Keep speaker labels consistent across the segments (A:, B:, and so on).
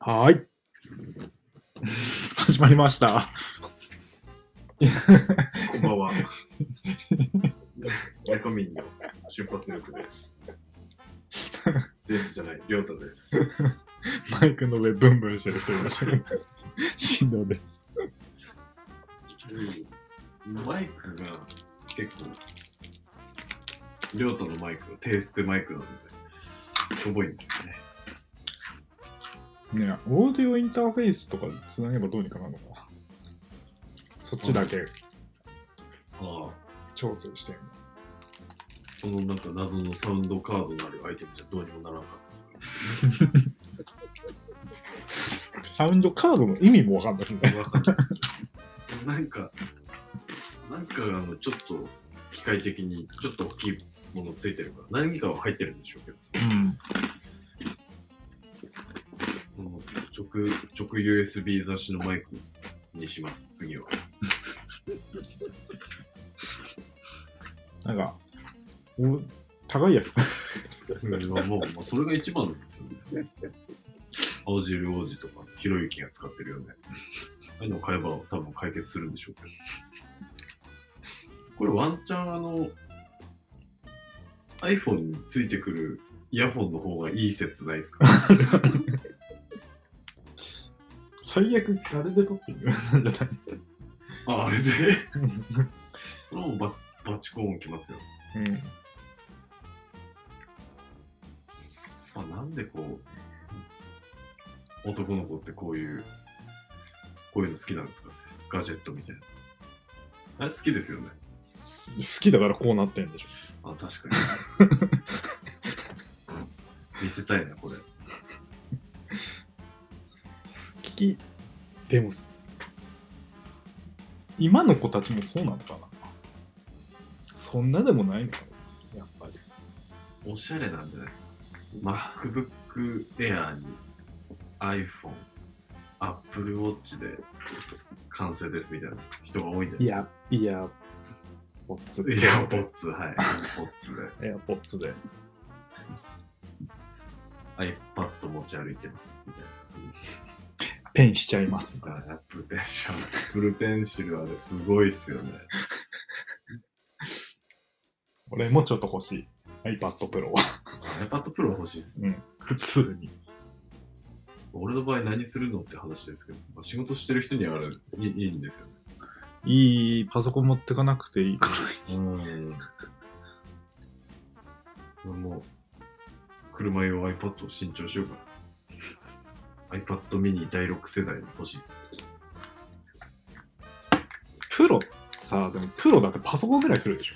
A: はーい。始まりました。
B: こんばんは。ワイコミンの瞬発力です。ですじゃない、りょうたです。
A: マイクの上ブンブンしてる人いましたけど、振動です。
B: マイクが結構、りょうたのマイク、低スペマイクなので、しょぼいんですよね。
A: ねオーディオインターフェースとかつなげばどうにかなるのかな。そっちだけ
B: ああ、
A: 調整してる
B: このなんか謎のサウンドカードのあるアイテムじゃどうにもならなかったですか
A: のサウンドカードの意味もわかんないね。
B: ら。わかんないですなんか、なんかあの、ちょっと機械的にちょっと大きいものついてるから、何かは入ってるんでしょうけど。
A: うん。
B: この直、直 USB 雑誌のマイクにします、次は。
A: なんか、お高いやつ。
B: まあもう、まあ、それが一番なんですよね。青汁王子とか、ひろゆきが使ってるようなやつ。ああいうのを買えば多分解決するんでしょうけど。これワンチャンあの、iPhone についてくるイヤホンの方がいい説ないですか
A: 最悪、あれで撮ってみる なんじゃない
B: あ、あれでそれもバチバチコーンきますよ。
A: うん。
B: まあ、なんでこう、男の子ってこういう、こういうの好きなんですかね。ガジェットみたいな。あれ好きですよね。
A: 好きだからこうなってんでしょ。
B: あ、確か に。見せたいな、これ。
A: 好き。でも、今の子たちもそうなのかなそんなでもないのかなやっぱり。
B: おしゃれなんじゃないですか。MacBook Air に iPhone、Apple Watch で完成ですみたいな人が多いんじゃない
A: い
B: ですか。
A: や、いや、ポッツ。
B: いや、ポッツ、はい。ポッツで
A: エアポッツで。
B: iPad 持ち歩いてますみたいな。
A: ペンしちゃいますみたいな。
B: アップルペンシル、アップルペンシルあれすごいっすよね。
A: 俺もちょっと欲しい。iPad Pro は。
B: iPad Pro 欲しいっすね。
A: うん。普通に。
B: 俺の場合何するのって話ですけど、まあ、仕事してる人にはあれいいいいんですよね。
A: いいパソコン持ってかなくていいから。
B: うん。もう、車用 iPad を新調しようかな。iPad mini 第6世代の欲しいっす。
A: プロさあ、でもプロだってパソコンぐらいするでしょ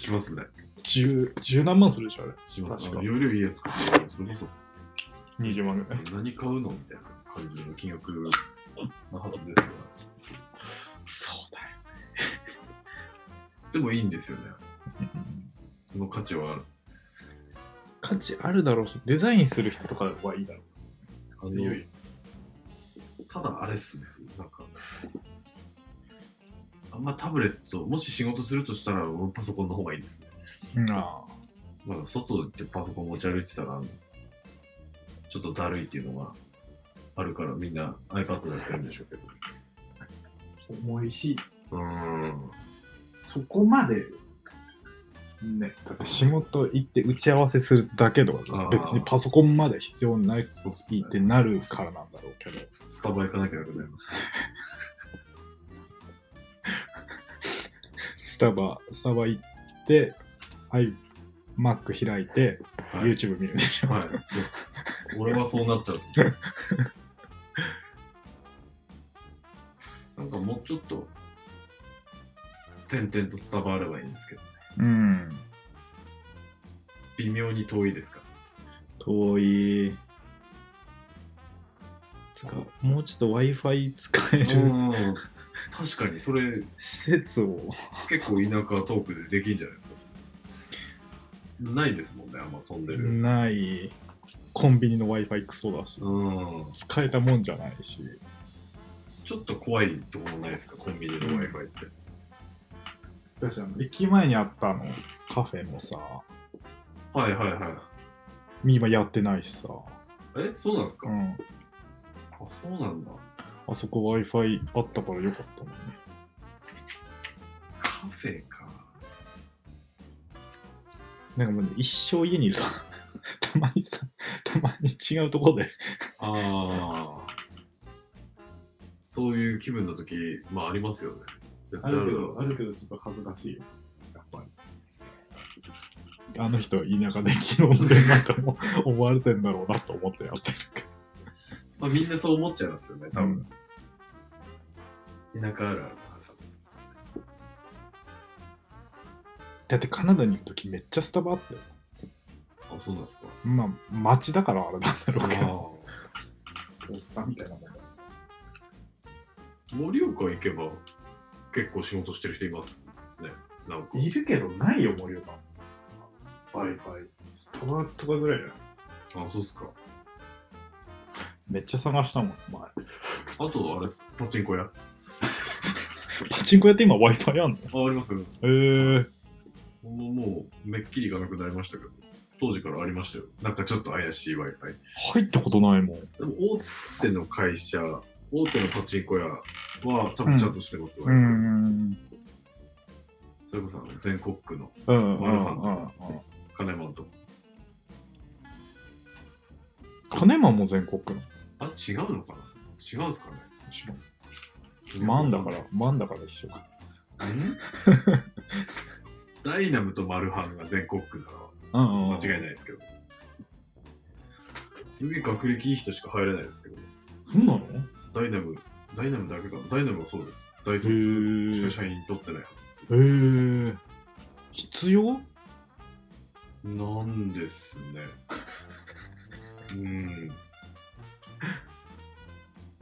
B: しますね。
A: 十十何万するでしょあれ。
B: します。あ
A: 確か
B: の容量いいやつ買ってるそれこそ
A: 20万ぐらい。
B: 何買うのみたいな感じの金額なはずですよ。
A: そうだ
B: でもいいんですよね。
A: よ。
B: その価値はある。
A: 価値あるだろうし、デザインする人とかはいいだろ
B: あの
A: いよいよ
B: ただあれっすね、なんか、あんまタブレット、もし仕事するとしたらもうパソコンの方がいいですね。
A: う。ああ。
B: まあ、外行ってパソコン持ち歩いてたら、あのちょっとだるいっていうのがあるから、みんな iPad でやってるんでしょうけど。
A: 重いし、
B: うーん。
A: そこまで。ね、だって仕事行って打ち合わせするだけと
B: あ
A: か
B: あ、
A: 別にパソコンまで必要ない
B: そうっすね
A: ってなるからなんだろうけど。
B: スタバ行かなきゃなくなりますね。
A: スタバ、スタバ行って、はい、Mac 開いて、
B: はい
A: YouTube 見るでしょ。
B: はい、そうっす。俺はそうなっちゃうと思います。なんかもうちょっと、点々とスタバあればいいんですけど、
A: うん。
B: 微妙に遠いですか
A: 遠い。つかもうちょっと Wi-Fi 使え
B: ら。
A: る
B: 確かに、それ
A: 施設を。
B: 結構田舎トークでできんじゃないですか。それないですもんね、あんま飛んでる。
A: ない。コンビニの Wi-Fi クソだし、
B: うん。
A: 使えたもんじゃないし。
B: ちょっと怖いところないですか、コンビニの Wi-Fi って。
A: 私あの駅前にあったあのカフェもさ、
B: はいはいはい。
A: 今やってないしさ、
B: え、そうなんです
A: う
B: か
A: ん、
B: あ、そうなんだ。
A: あそこ Wi-Fi あったからよかったもんね。
B: カフェか。
A: なんかもうね一生家にいると、 たまにさ、たまに違うところで。
B: ああ。そういう気分の時、まあありますよね。絶対あるだろう。
A: あるけどちょっと恥ずかしいよ。やっぱり。あの人は田舎で昨日の電話とも思われてんだろうなと思ってやってる
B: まあみんなそう思っちゃいますよね、多分。田舎あるあるな多分
A: だってカナダに行くときめっちゃスタバあったよ。
B: あ、そうなんですか。
A: まあ、街だからあれなんだろうけど。
B: あ
A: スタみたいなもんだ
B: あ。盛岡行けば結構仕事してる人いますね。なんか。
A: いるけどないよ、森岡。バイバイ。スタバとかぐらいだよ。
B: あ、そうっすか。
A: めっちゃ探したもん、前。
B: あと、あれっす、パチンコ屋。あ、
A: パチンコ屋って今 Wi-Fi あんの
B: あります、あります。
A: へえ。
B: もう、もう、めっきり行かなくなりましたけど、当時からありましたよ。なんかちょっと怪しい Wi-Fi。
A: 入ったことないもん。
B: でも、大手の会社、大手のパチンコ屋は、多分ちゃんとしてますわ、
A: ん。
B: それこそ、あの全国区の
A: うんうん
B: マルハン
A: うんうん。
B: 金マンとか。
A: 金マンも全国区の。
B: あ、違うのかな違うんすかね
A: マンだから、マンだから一緒か。
B: ら。んダイナムとマルハンが全国区なら、
A: うん
B: 間違いないですけど。すげえ学歴いい人しか入れないですけど、
A: そうなの
B: ダイナム、ダイナムだけかなダイナムはそうです。大卒しか
A: へ
B: 社員取ってないはず。
A: え。へえ。必要
B: なんですね。うん。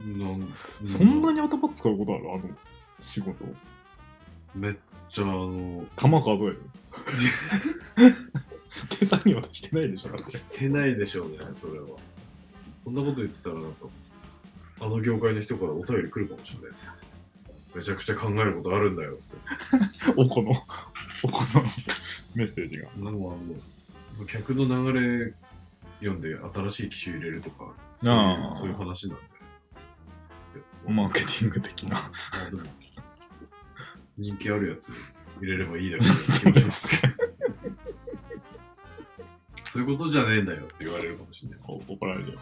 B: なん
A: そんなに頭使うことあるあの仕事。
B: めっちゃあの、
A: 玉数 える。手作業してないでしょ、だって
B: してないでしょうね、それは。こんなこと言ってたら、なんか、あの業界の人からお便り来るかもしれないです。めちゃくちゃ考えることあるんだよって。
A: おこの、おこのメッセージが。
B: なんかあの、その客の流れ読んで新しい機種入れるとか、そうい
A: あ
B: う
A: ー
B: そういう話なんじゃないですか。いや
A: マーケティング的な。
B: あでも人気あるやつ入れればいいだけの気がしま すけどそういうことじゃねえんだよって言われるかもしれないですけ
A: そ
B: ど
A: う怒られるよ。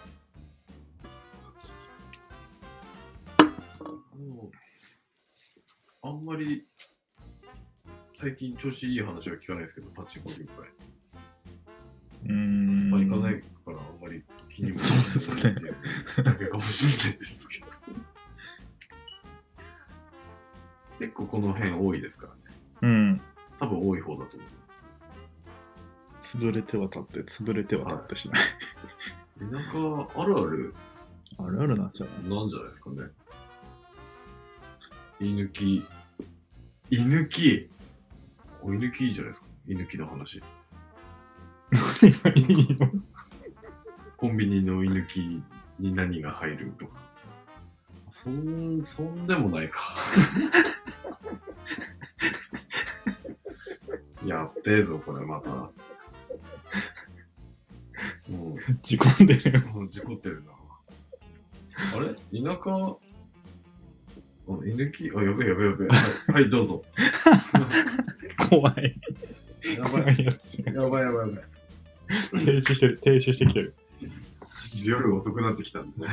B: あのあんまり最近調子いい話は聞かないですけど、パチンコ業界。
A: うーん
B: まあ、行かないからあんまり気にもならないっていうだけかもしれないですけど。結構この辺多いですからね。
A: うん。
B: 多分多い方だと思います。
A: 潰れては立って、潰れては立ってしない。
B: 田舎あるある
A: あるあるなっちゃう
B: なんじゃないですかね。居抜き。居抜きお居抜きいいじゃないですか。居抜きの話。
A: な。いいの
B: コンビニの居抜きに何が入るとか。そん、そんでもないか。 やっべえぞ、これまた。もう
A: 事故んでるよ。、
B: もう事故ってるな。あれ田舎、あ居抜きあ、やべえやべえやべえ。はい、はい、どうぞ。
A: 怖い。
B: やば
A: 怖
B: い。
A: いやつ。
B: やばいやばいやばい。
A: 停止してる、停止してきてる。
B: 夜遅くなってきたんで。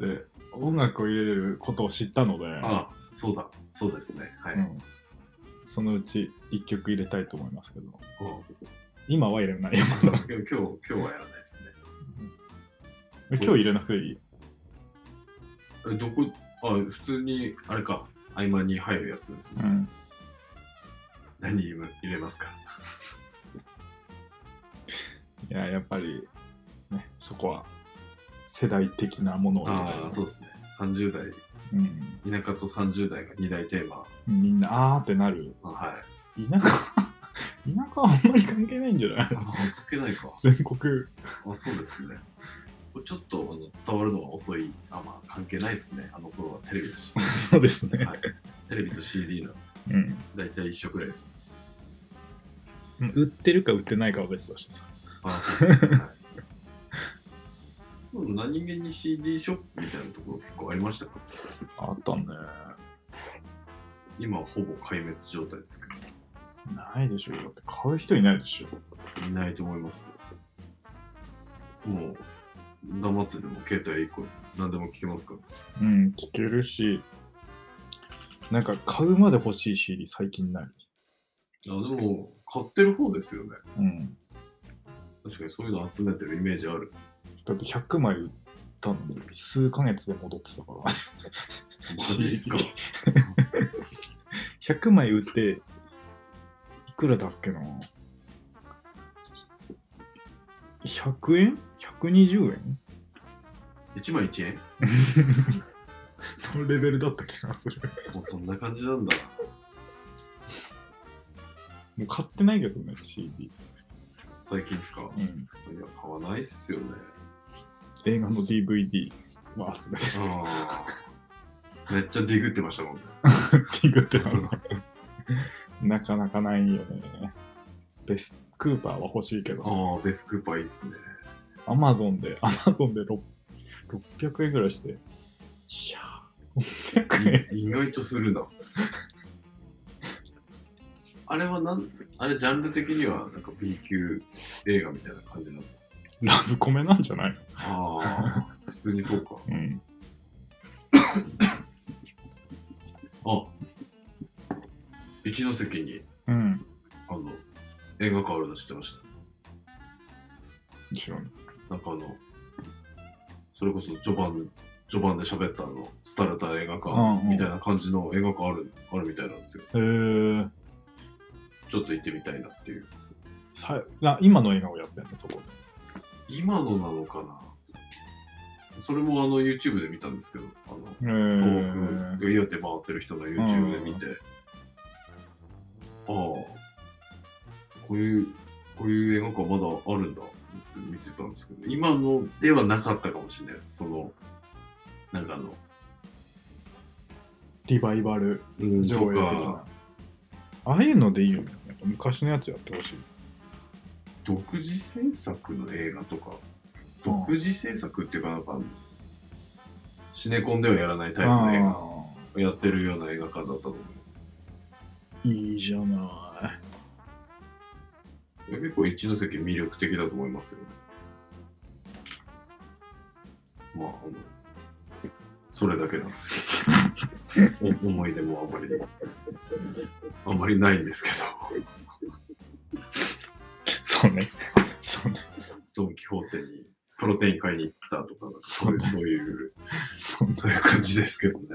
A: で、音楽を入れることを知ったので、
B: あそうだ。そうですね。はい。
A: うんそのうち一曲入れたいと思いますけど、
B: うん
A: 今は入れないよ。ま
B: 今
A: だ
B: 日、今日はやらないですね。
A: 今日入れなくていい。
B: えどこ、あ、普通に、あれか、合間に入るやつですね。
A: うん。
B: 何入れますか
A: いや、やっぱり、ね、そこは世代的なものを入れたい
B: ああ、そうですね。30代、
A: うん。
B: 田舎と30代が2大テーマ。
A: みんな、あーってなる。
B: あはい。
A: 田舎、田 舎はあんまり関係ないんじゃない
B: あ、書けないか。
A: 全国。
B: あ、そうですね。これちょっとあの伝わるのが遅い。あ、まあ、関係ないですね。あの頃はテレビだし。
A: そうですね。
B: はい、テレビと CD の
A: うん。
B: 大体一緒くらいです。
A: 売ってるか売ってないかは別としてさ。
B: あ、そうですね。はいうん何気に CD ショップみたいなところ結構ありましたから
A: あったね。
B: 今はほぼ壊滅状態ですけ
A: ないでしょ。だって買う人いないでしょ。
B: ど、いないと思います。もう、黙ってでも携帯1個何でも聞けますから。
A: うん、聞けるし。なんか買うまで欲しい CD 最近ない。
B: あでも、買ってる方ですよね。
A: うん。
B: 確かにそういうの集めてるイメージあ る。
A: だって100枚売ったのに数ヶ月で戻ってたから。
B: マジっすか。
A: 100枚売って、いくらだっけな ?100 円 ?120 円
B: 1枚1円
A: のレベルだった気がする。
B: もうそんな感じなんだ。
A: もう買ってないけどね、CD。
B: 最近ですか。い
A: う
B: や、
A: ん、
B: 買わないっすよね。
A: 映画の DVD は集めて、
B: ああ。めっちゃディグってましたもんね。
A: ティングってなるのなかなかないよね。ベスクーパーは欲しいけど、
B: ああ、ベスクーパーいいっすね。
A: アマゾンで、アマゾンでろ600円ぐらいして、いやー、600円。
B: 意外とするな。あれはなん、あれジャンル的にはなんか B 級映画みたいな感じなんですか
A: ラブコメなんじゃない
B: ああ、普通にそうか。
A: うん。
B: あ一ノ関に
A: うん。
B: あの映画館あるの知ってました。
A: 後ろに。
B: なんかあの、それこそ序盤、序盤で喋ったあの、廃れた映画
A: うんう
B: 館
A: ん
B: みたいな感じの映画館ある、あるみたいなんですよ。
A: えー、
B: ちょっと行ってみたいなっていう。
A: さあ今の映画をやってんの、そこ。
B: 今のなのかなそれもあの YouTube で見たんですけど、あの、
A: え
B: 遠
A: ー、
B: く、岩手回ってる人の YouTube で見て、ああ、こういう、こういう映画館まだあるんだって見てたんですけど、今のではなかったかもしれないです。その、なんかあの、
A: リバイバル
B: うん、
A: 上
B: と
A: 映的
B: か
A: な、。ああいうのでいいよね。やっぱ昔のやつやってほしい。
B: 独自制作の映画とか、独自制作っていうか、なんか、シネコンではやらないタイプの映画
A: あ
B: をやってるような映画館だったと思います。
A: ーいいじゃない。
B: いや結構一ノ関魅力的だと思いますよね。まあ、あの、それだけなんですけど。 お思い出もあまり、あまりないんですけ
A: そうね。そうね。
B: ど、ドン・キホーテにプロテイン買いに行ったとか、そういう、そういう、
A: そうね
B: そういう感じですけどね。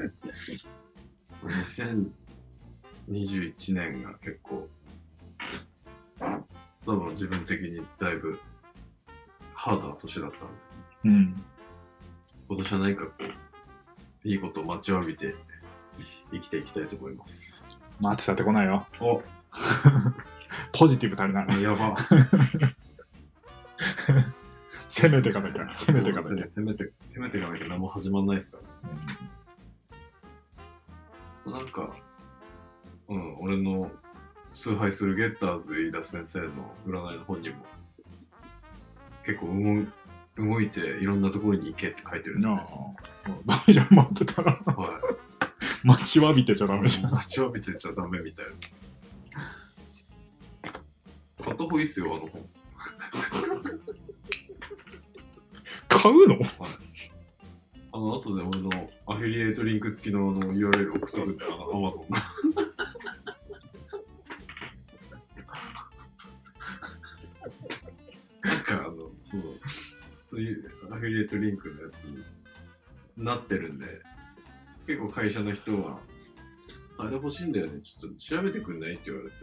B: 2021年が結構、多分自分的にだいぶハードな年だったんで。
A: うん。
B: 今年は何かこう、いいことを待ちわびて生きていきたいと思います。
A: 待ってたってこないよ。
B: お
A: ポジティブ足りない。
B: やば。
A: 攻めてかなきゃ。攻めてかなきゃ。
B: そうですね攻めて、攻めていかなきゃ何も始まんないですか
A: うん
B: ら。なんか、うん、俺の崇拝するゲッターズ飯田先生の占いの本にも、結構動動いていろんなところに行けって書いてるんで、
A: な
B: ね。
A: あ。もうダメじゃん、待ってたら。
B: はい。
A: 待ちわびてちゃダメじゃん。
B: 立ちわびてちゃダメみたいです。買った方がいいっすよ、あの本。
A: 買うの
B: あの、後で俺のアフィリエイトリンク付きのあの URL 送っとくんで、あの、アマゾンの。なんか、あの、その、そういうアフィリエイトリンクのやつになってるんで、結構会社の人は、あれ欲しいんだよね、ちょっと調べてくんないって言われて、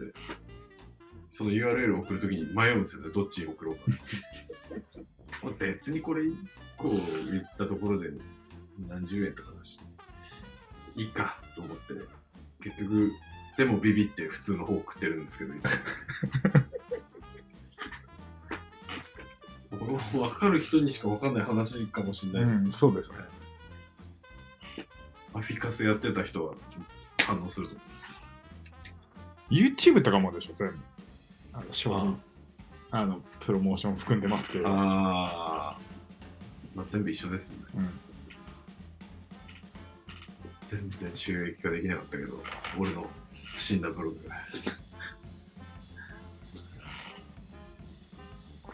B: その URL 送るときに迷うんですよね、どっちに送ろうか。まあ別にこれ一個言ったところで何十円とかだし、いいかと思って、結局、でもビビって普通の方食ってるんですけど、いつもこれも分かる人にしか分かんない話かもしれないですけど、
A: そうですね。
B: アフィカスやってた人は反応すると思います。
A: YouTube とかもでしょ、全部。あの、商品、あの、プロモーション含んでますけど。
B: ああ。まあ、全部一緒ですよね。
A: うん。
B: 全然収益化できなかったけど、俺の死んだブログ。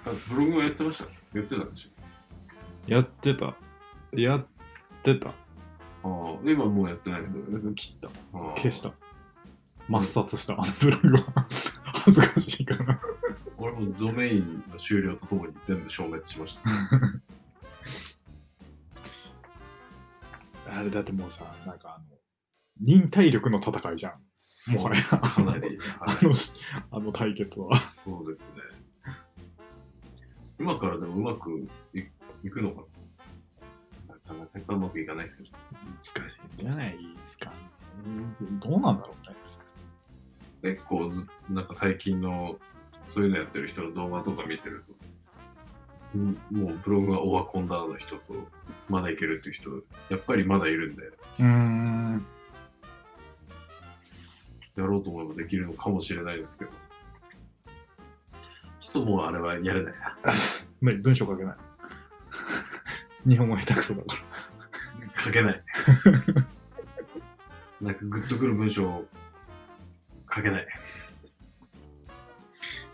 B: あブログはやってましたやってたんでしょ
A: やってた。やってた。
B: ああ、今もうやってないですけどね。
A: 切った。
B: あー
A: 消した。抹殺した。あのブログは。 恥ずかしいかな。
B: 俺もドメインの終了とともに全部消滅しました。
A: あれだってもうさ、なんかあの、忍耐力の戦いじゃん。もはや
B: かなり。はい
A: あの、あの対決は。
B: そうですね。今からでもうまくいいくのかななかなかうまくいかないですよ。
A: 難しいんじゃないですか、ね。どうなんだろうね。
B: 結構ず、なんか最近のそういうのやってる人の動画とか見てると、んもうブログがオワコンだの人と、まだいけるっていう人、やっぱりまだいるんで、
A: うーん。
B: やろうと思えばできるのかもしれないですけど、ちょっともうあれはやれないな。
A: 無理、文章書けない。 日本語下手くそだから。
B: 書けない。なんかグッとくる文章を書けない。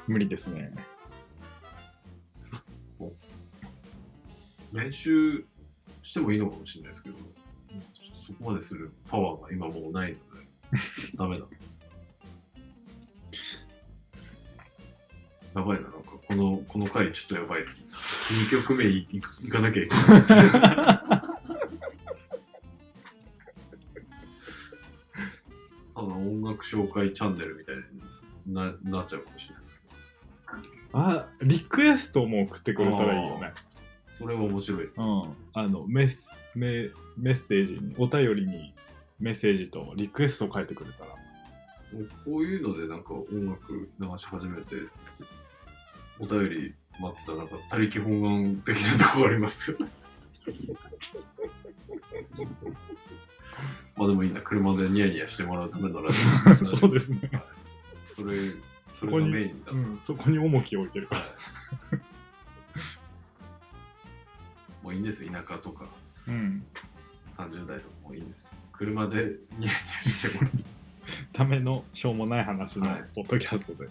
A: 無理ですね。
B: 練習してもいいのかもしれないですけど、そこまでするパワーが今もうないので、ダメだ。やばいな、なんかこのこの回ちょっとやばいです。2曲目いいくいかなきゃいけないです。ただ音楽紹介チャンネルみたいにななっちゃうかもしれないですけ ど、
A: あ、リクエストも送ってくれたらいいよね。
B: それは面白いです
A: う。ん、あのメッセメメッセージにお便りにメッセージとリクエストを書いてくれたら
B: もうこういうのでなんか音楽流し始めて、お便り待ってたらなんか、他力本願的なとこありま すよね。まあでもいいな、車でニヤニヤしてもらうためのラジ オ。
A: そうですね、
B: はいそれ、それがメインだ。
A: うん、そこに重きを置いてるか
B: はい
A: ら、
B: もういいんです、田舎とか
A: うん、
B: 30代とかもういいんです。車でニヤニヤしてもらう。
A: ためのしょうもない話の
B: はい
A: ポッドキャストで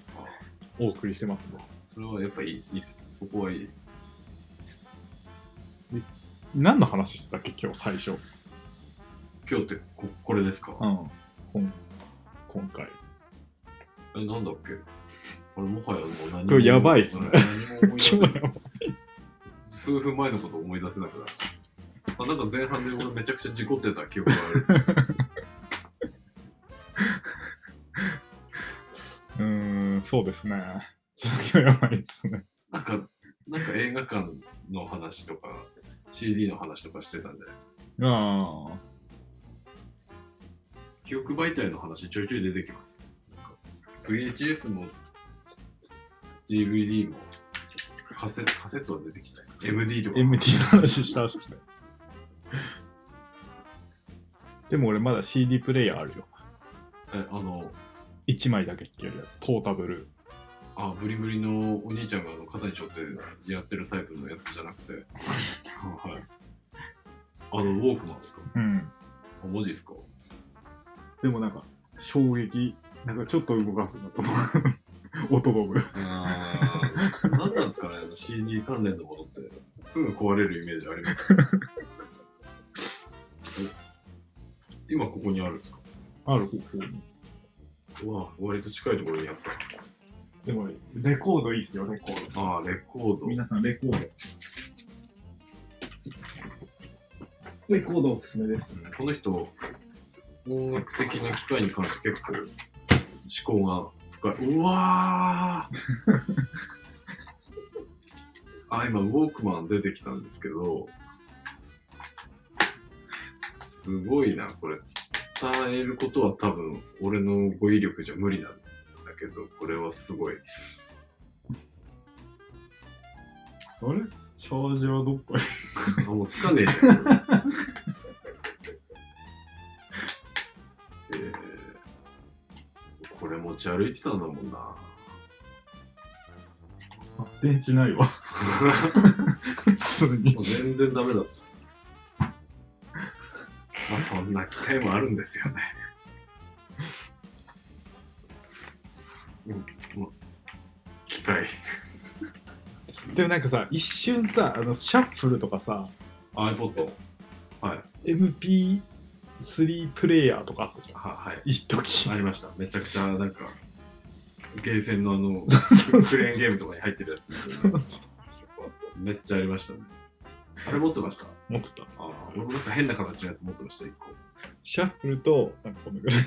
A: お送りしてますね、
B: それはやっぱいいいいっす。そこはいい。
A: 何の話してたっけ今日最初、
B: 今日ってここれですか、
A: ん、こん今回
B: え、なんだっけこれもはやもう何
A: これやばいっすね
B: 何 も思い出せ
A: 今日
B: ない
A: やばい
B: 数分前のこと思い出せなくなった。あなんか前半で俺めちゃくちゃ事故ってた記憶があるんですけど。
A: うーんそうですねちょっと今日やばいですね
B: なんか、 なんか映画館の話とか、CD の話とかしてたんじゃないですか。
A: ああ
B: 記憶媒体の話ちょいちょい出てきます。なんか VHS も DVD もカセカセットは出てきない。MD とか。
A: MT の話したらしくてでも俺まだ CD プレイヤーあるよ
B: えあの、
A: 1枚だけ聴けるやつポータブル
B: あ、ブリブリのお兄ちゃんがあの肩に背負ってやってるタイプのやつじゃなくて。 はい。あの、ウォークマンですか
A: うん
B: あ文字ですか
A: でもなんか衝撃なんかちょっと動かすんだと思う 音ボム
B: あー 何なんですかねあの ?CD 関連のものって。すぐ壊れるイメージあります。 え今ここにあるんですか
A: ある方向に
B: うわ、割と近いところにあっ
A: でもレコードいいっすよレコー
B: た。ああ、レコード。
A: 皆さんレコードレコードおすすめです
B: うんこの人、音楽的な機会に関して結構思考が深い。うわーあ、今、ウォークマン出てきたんですけど、すごいな、これ。伝えることは多分、俺の語彙力じゃ無理なんだけど、これはすごい。
A: あれチャージはどっか
B: あ、もうつかねえじゃん。 これえーこれ持ち歩いてたんだもんな。
A: に電池ないわつ通に。
B: 全然ダメだった。まあそんな機会もあるんですよね。 うん、もう機会。
A: でもなんかさ、一瞬さ、あのシャッフルとかさ、
B: iPod。
A: MP3 プレイヤーとかあったじゃん。
B: は、はい。
A: 一 時
B: ありました。めちゃくちゃ、なんか、ゲーセンのあの、
A: そう
B: クレーンゲームとかに入ってるやつですよね、めっちゃありましたね。あれ持ってました
A: 持ってた。
B: ああ、俺もなんか変な形のやつ持ってました、一個。
A: シャッフルと、なんかこのぐらい、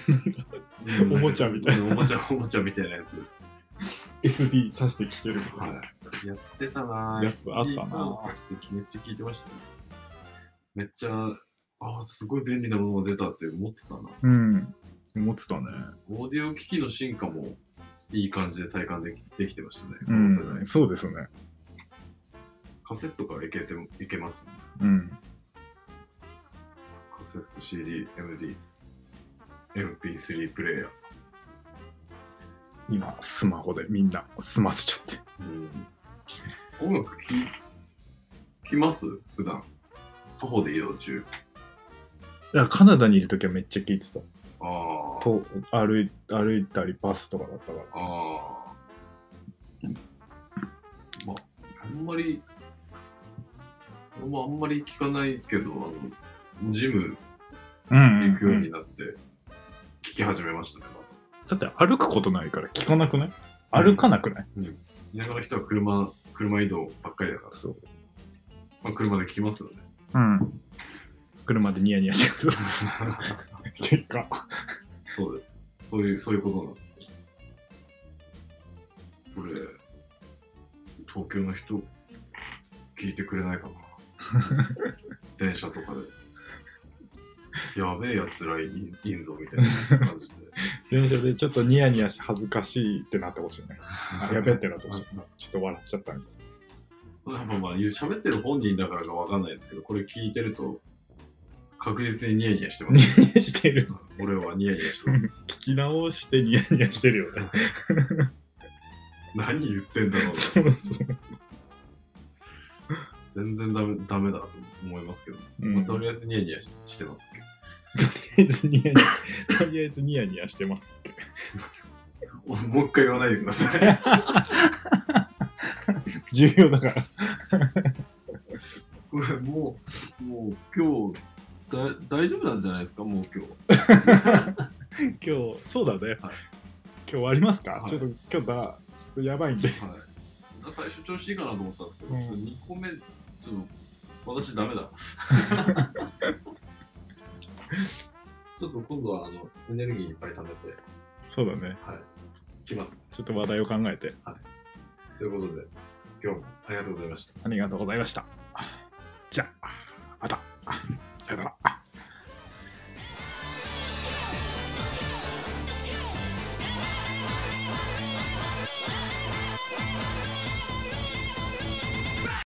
A: おもちゃみたいな
B: うんおもちゃ、 おもちゃみたいなやつ。
A: SD 挿して聴けるみたいな。
B: はい。やってたなぁ。
A: やつあったなぁ
B: ぁ。そしてめっちゃ聞いてましたね。めっちゃ、ああ、すごい便利なものが出たって思ってたな。
A: うん。持ってたね。
B: オーディオ機器の進化もいい感じで体感できできてましたね。こ
A: う
B: の世代
A: ん。そうですね。
B: カセットからいけてもいけますもんね。
A: うん。
B: カセット、CD、MD、MP3 プレイヤー。
A: 今、スマホでみんな済ませちゃって。
B: 音楽聴ききます普段。徒歩で移動中。
A: いや、カナダにいるときはめっちゃ聴いてた。
B: ああ。
A: と歩い歩いたりバスとかだったから。
B: ああ。まあ、あんまり、俺もあんまり聞かないけど、あの、ジム
A: うん
B: 行くようになって、聞き始めましたね、また。
A: だって歩くことないから聞かなくない歩かなくない、
B: 田舎の人は車、車移動ばっかりだから、
A: そう。
B: まあ、車で聞きます よね。
A: うん。車でニヤニヤしちゃう。結果。
B: そうです。そういう、そういうことなんですよ。これ、東京の人、聞いてくれないかな。電車とかで。やべえやつらいんいんぞみたいな感じで。
A: 電車でちょっとニヤニヤして恥ずかしいってなってほしいね。やべってなってほしい。ちょっと笑っちゃったみたい
B: やっぱまあ、喋ってる本人だからかわかんないですけど、これ聞いてると、確実にニヤニヤしてま
A: な。ニ
B: す。
A: ヤニヤしてる。
B: 俺はニヤニヤしてます。
A: 聞き直してニヤニヤしてるよね。
B: 何言ってんだろうな。
A: そうそう。
B: 全然ダメダメだと思いますけど、
A: うん
B: まあ、とりあえずニヤニヤししてますけど。
A: とりあえずニヤニヤ、とりあえずニヤニヤしてますって。
B: お もう一回言わないでくださ い。
A: 重要だから。
B: これもう、もう今日、だ大丈夫なんじゃないですか、もう今日。
A: 今日、そうだね。
B: はい
A: 今日終わりますか、
B: はい
A: ちょっと今日だ、ちょっとやばいんで。
B: はい、最初調子いいかなと思ったんですけど、
A: うん
B: ちょっと2個目、ちょっと私ダ メだ。ちょっと今度はあのエネルギーいっぱい貯めて
A: そうだね。
B: きます。
A: ちょっと話題を考えて、
B: ということで、今日もありがとうございました。
A: ありがとうございました。じゃあ。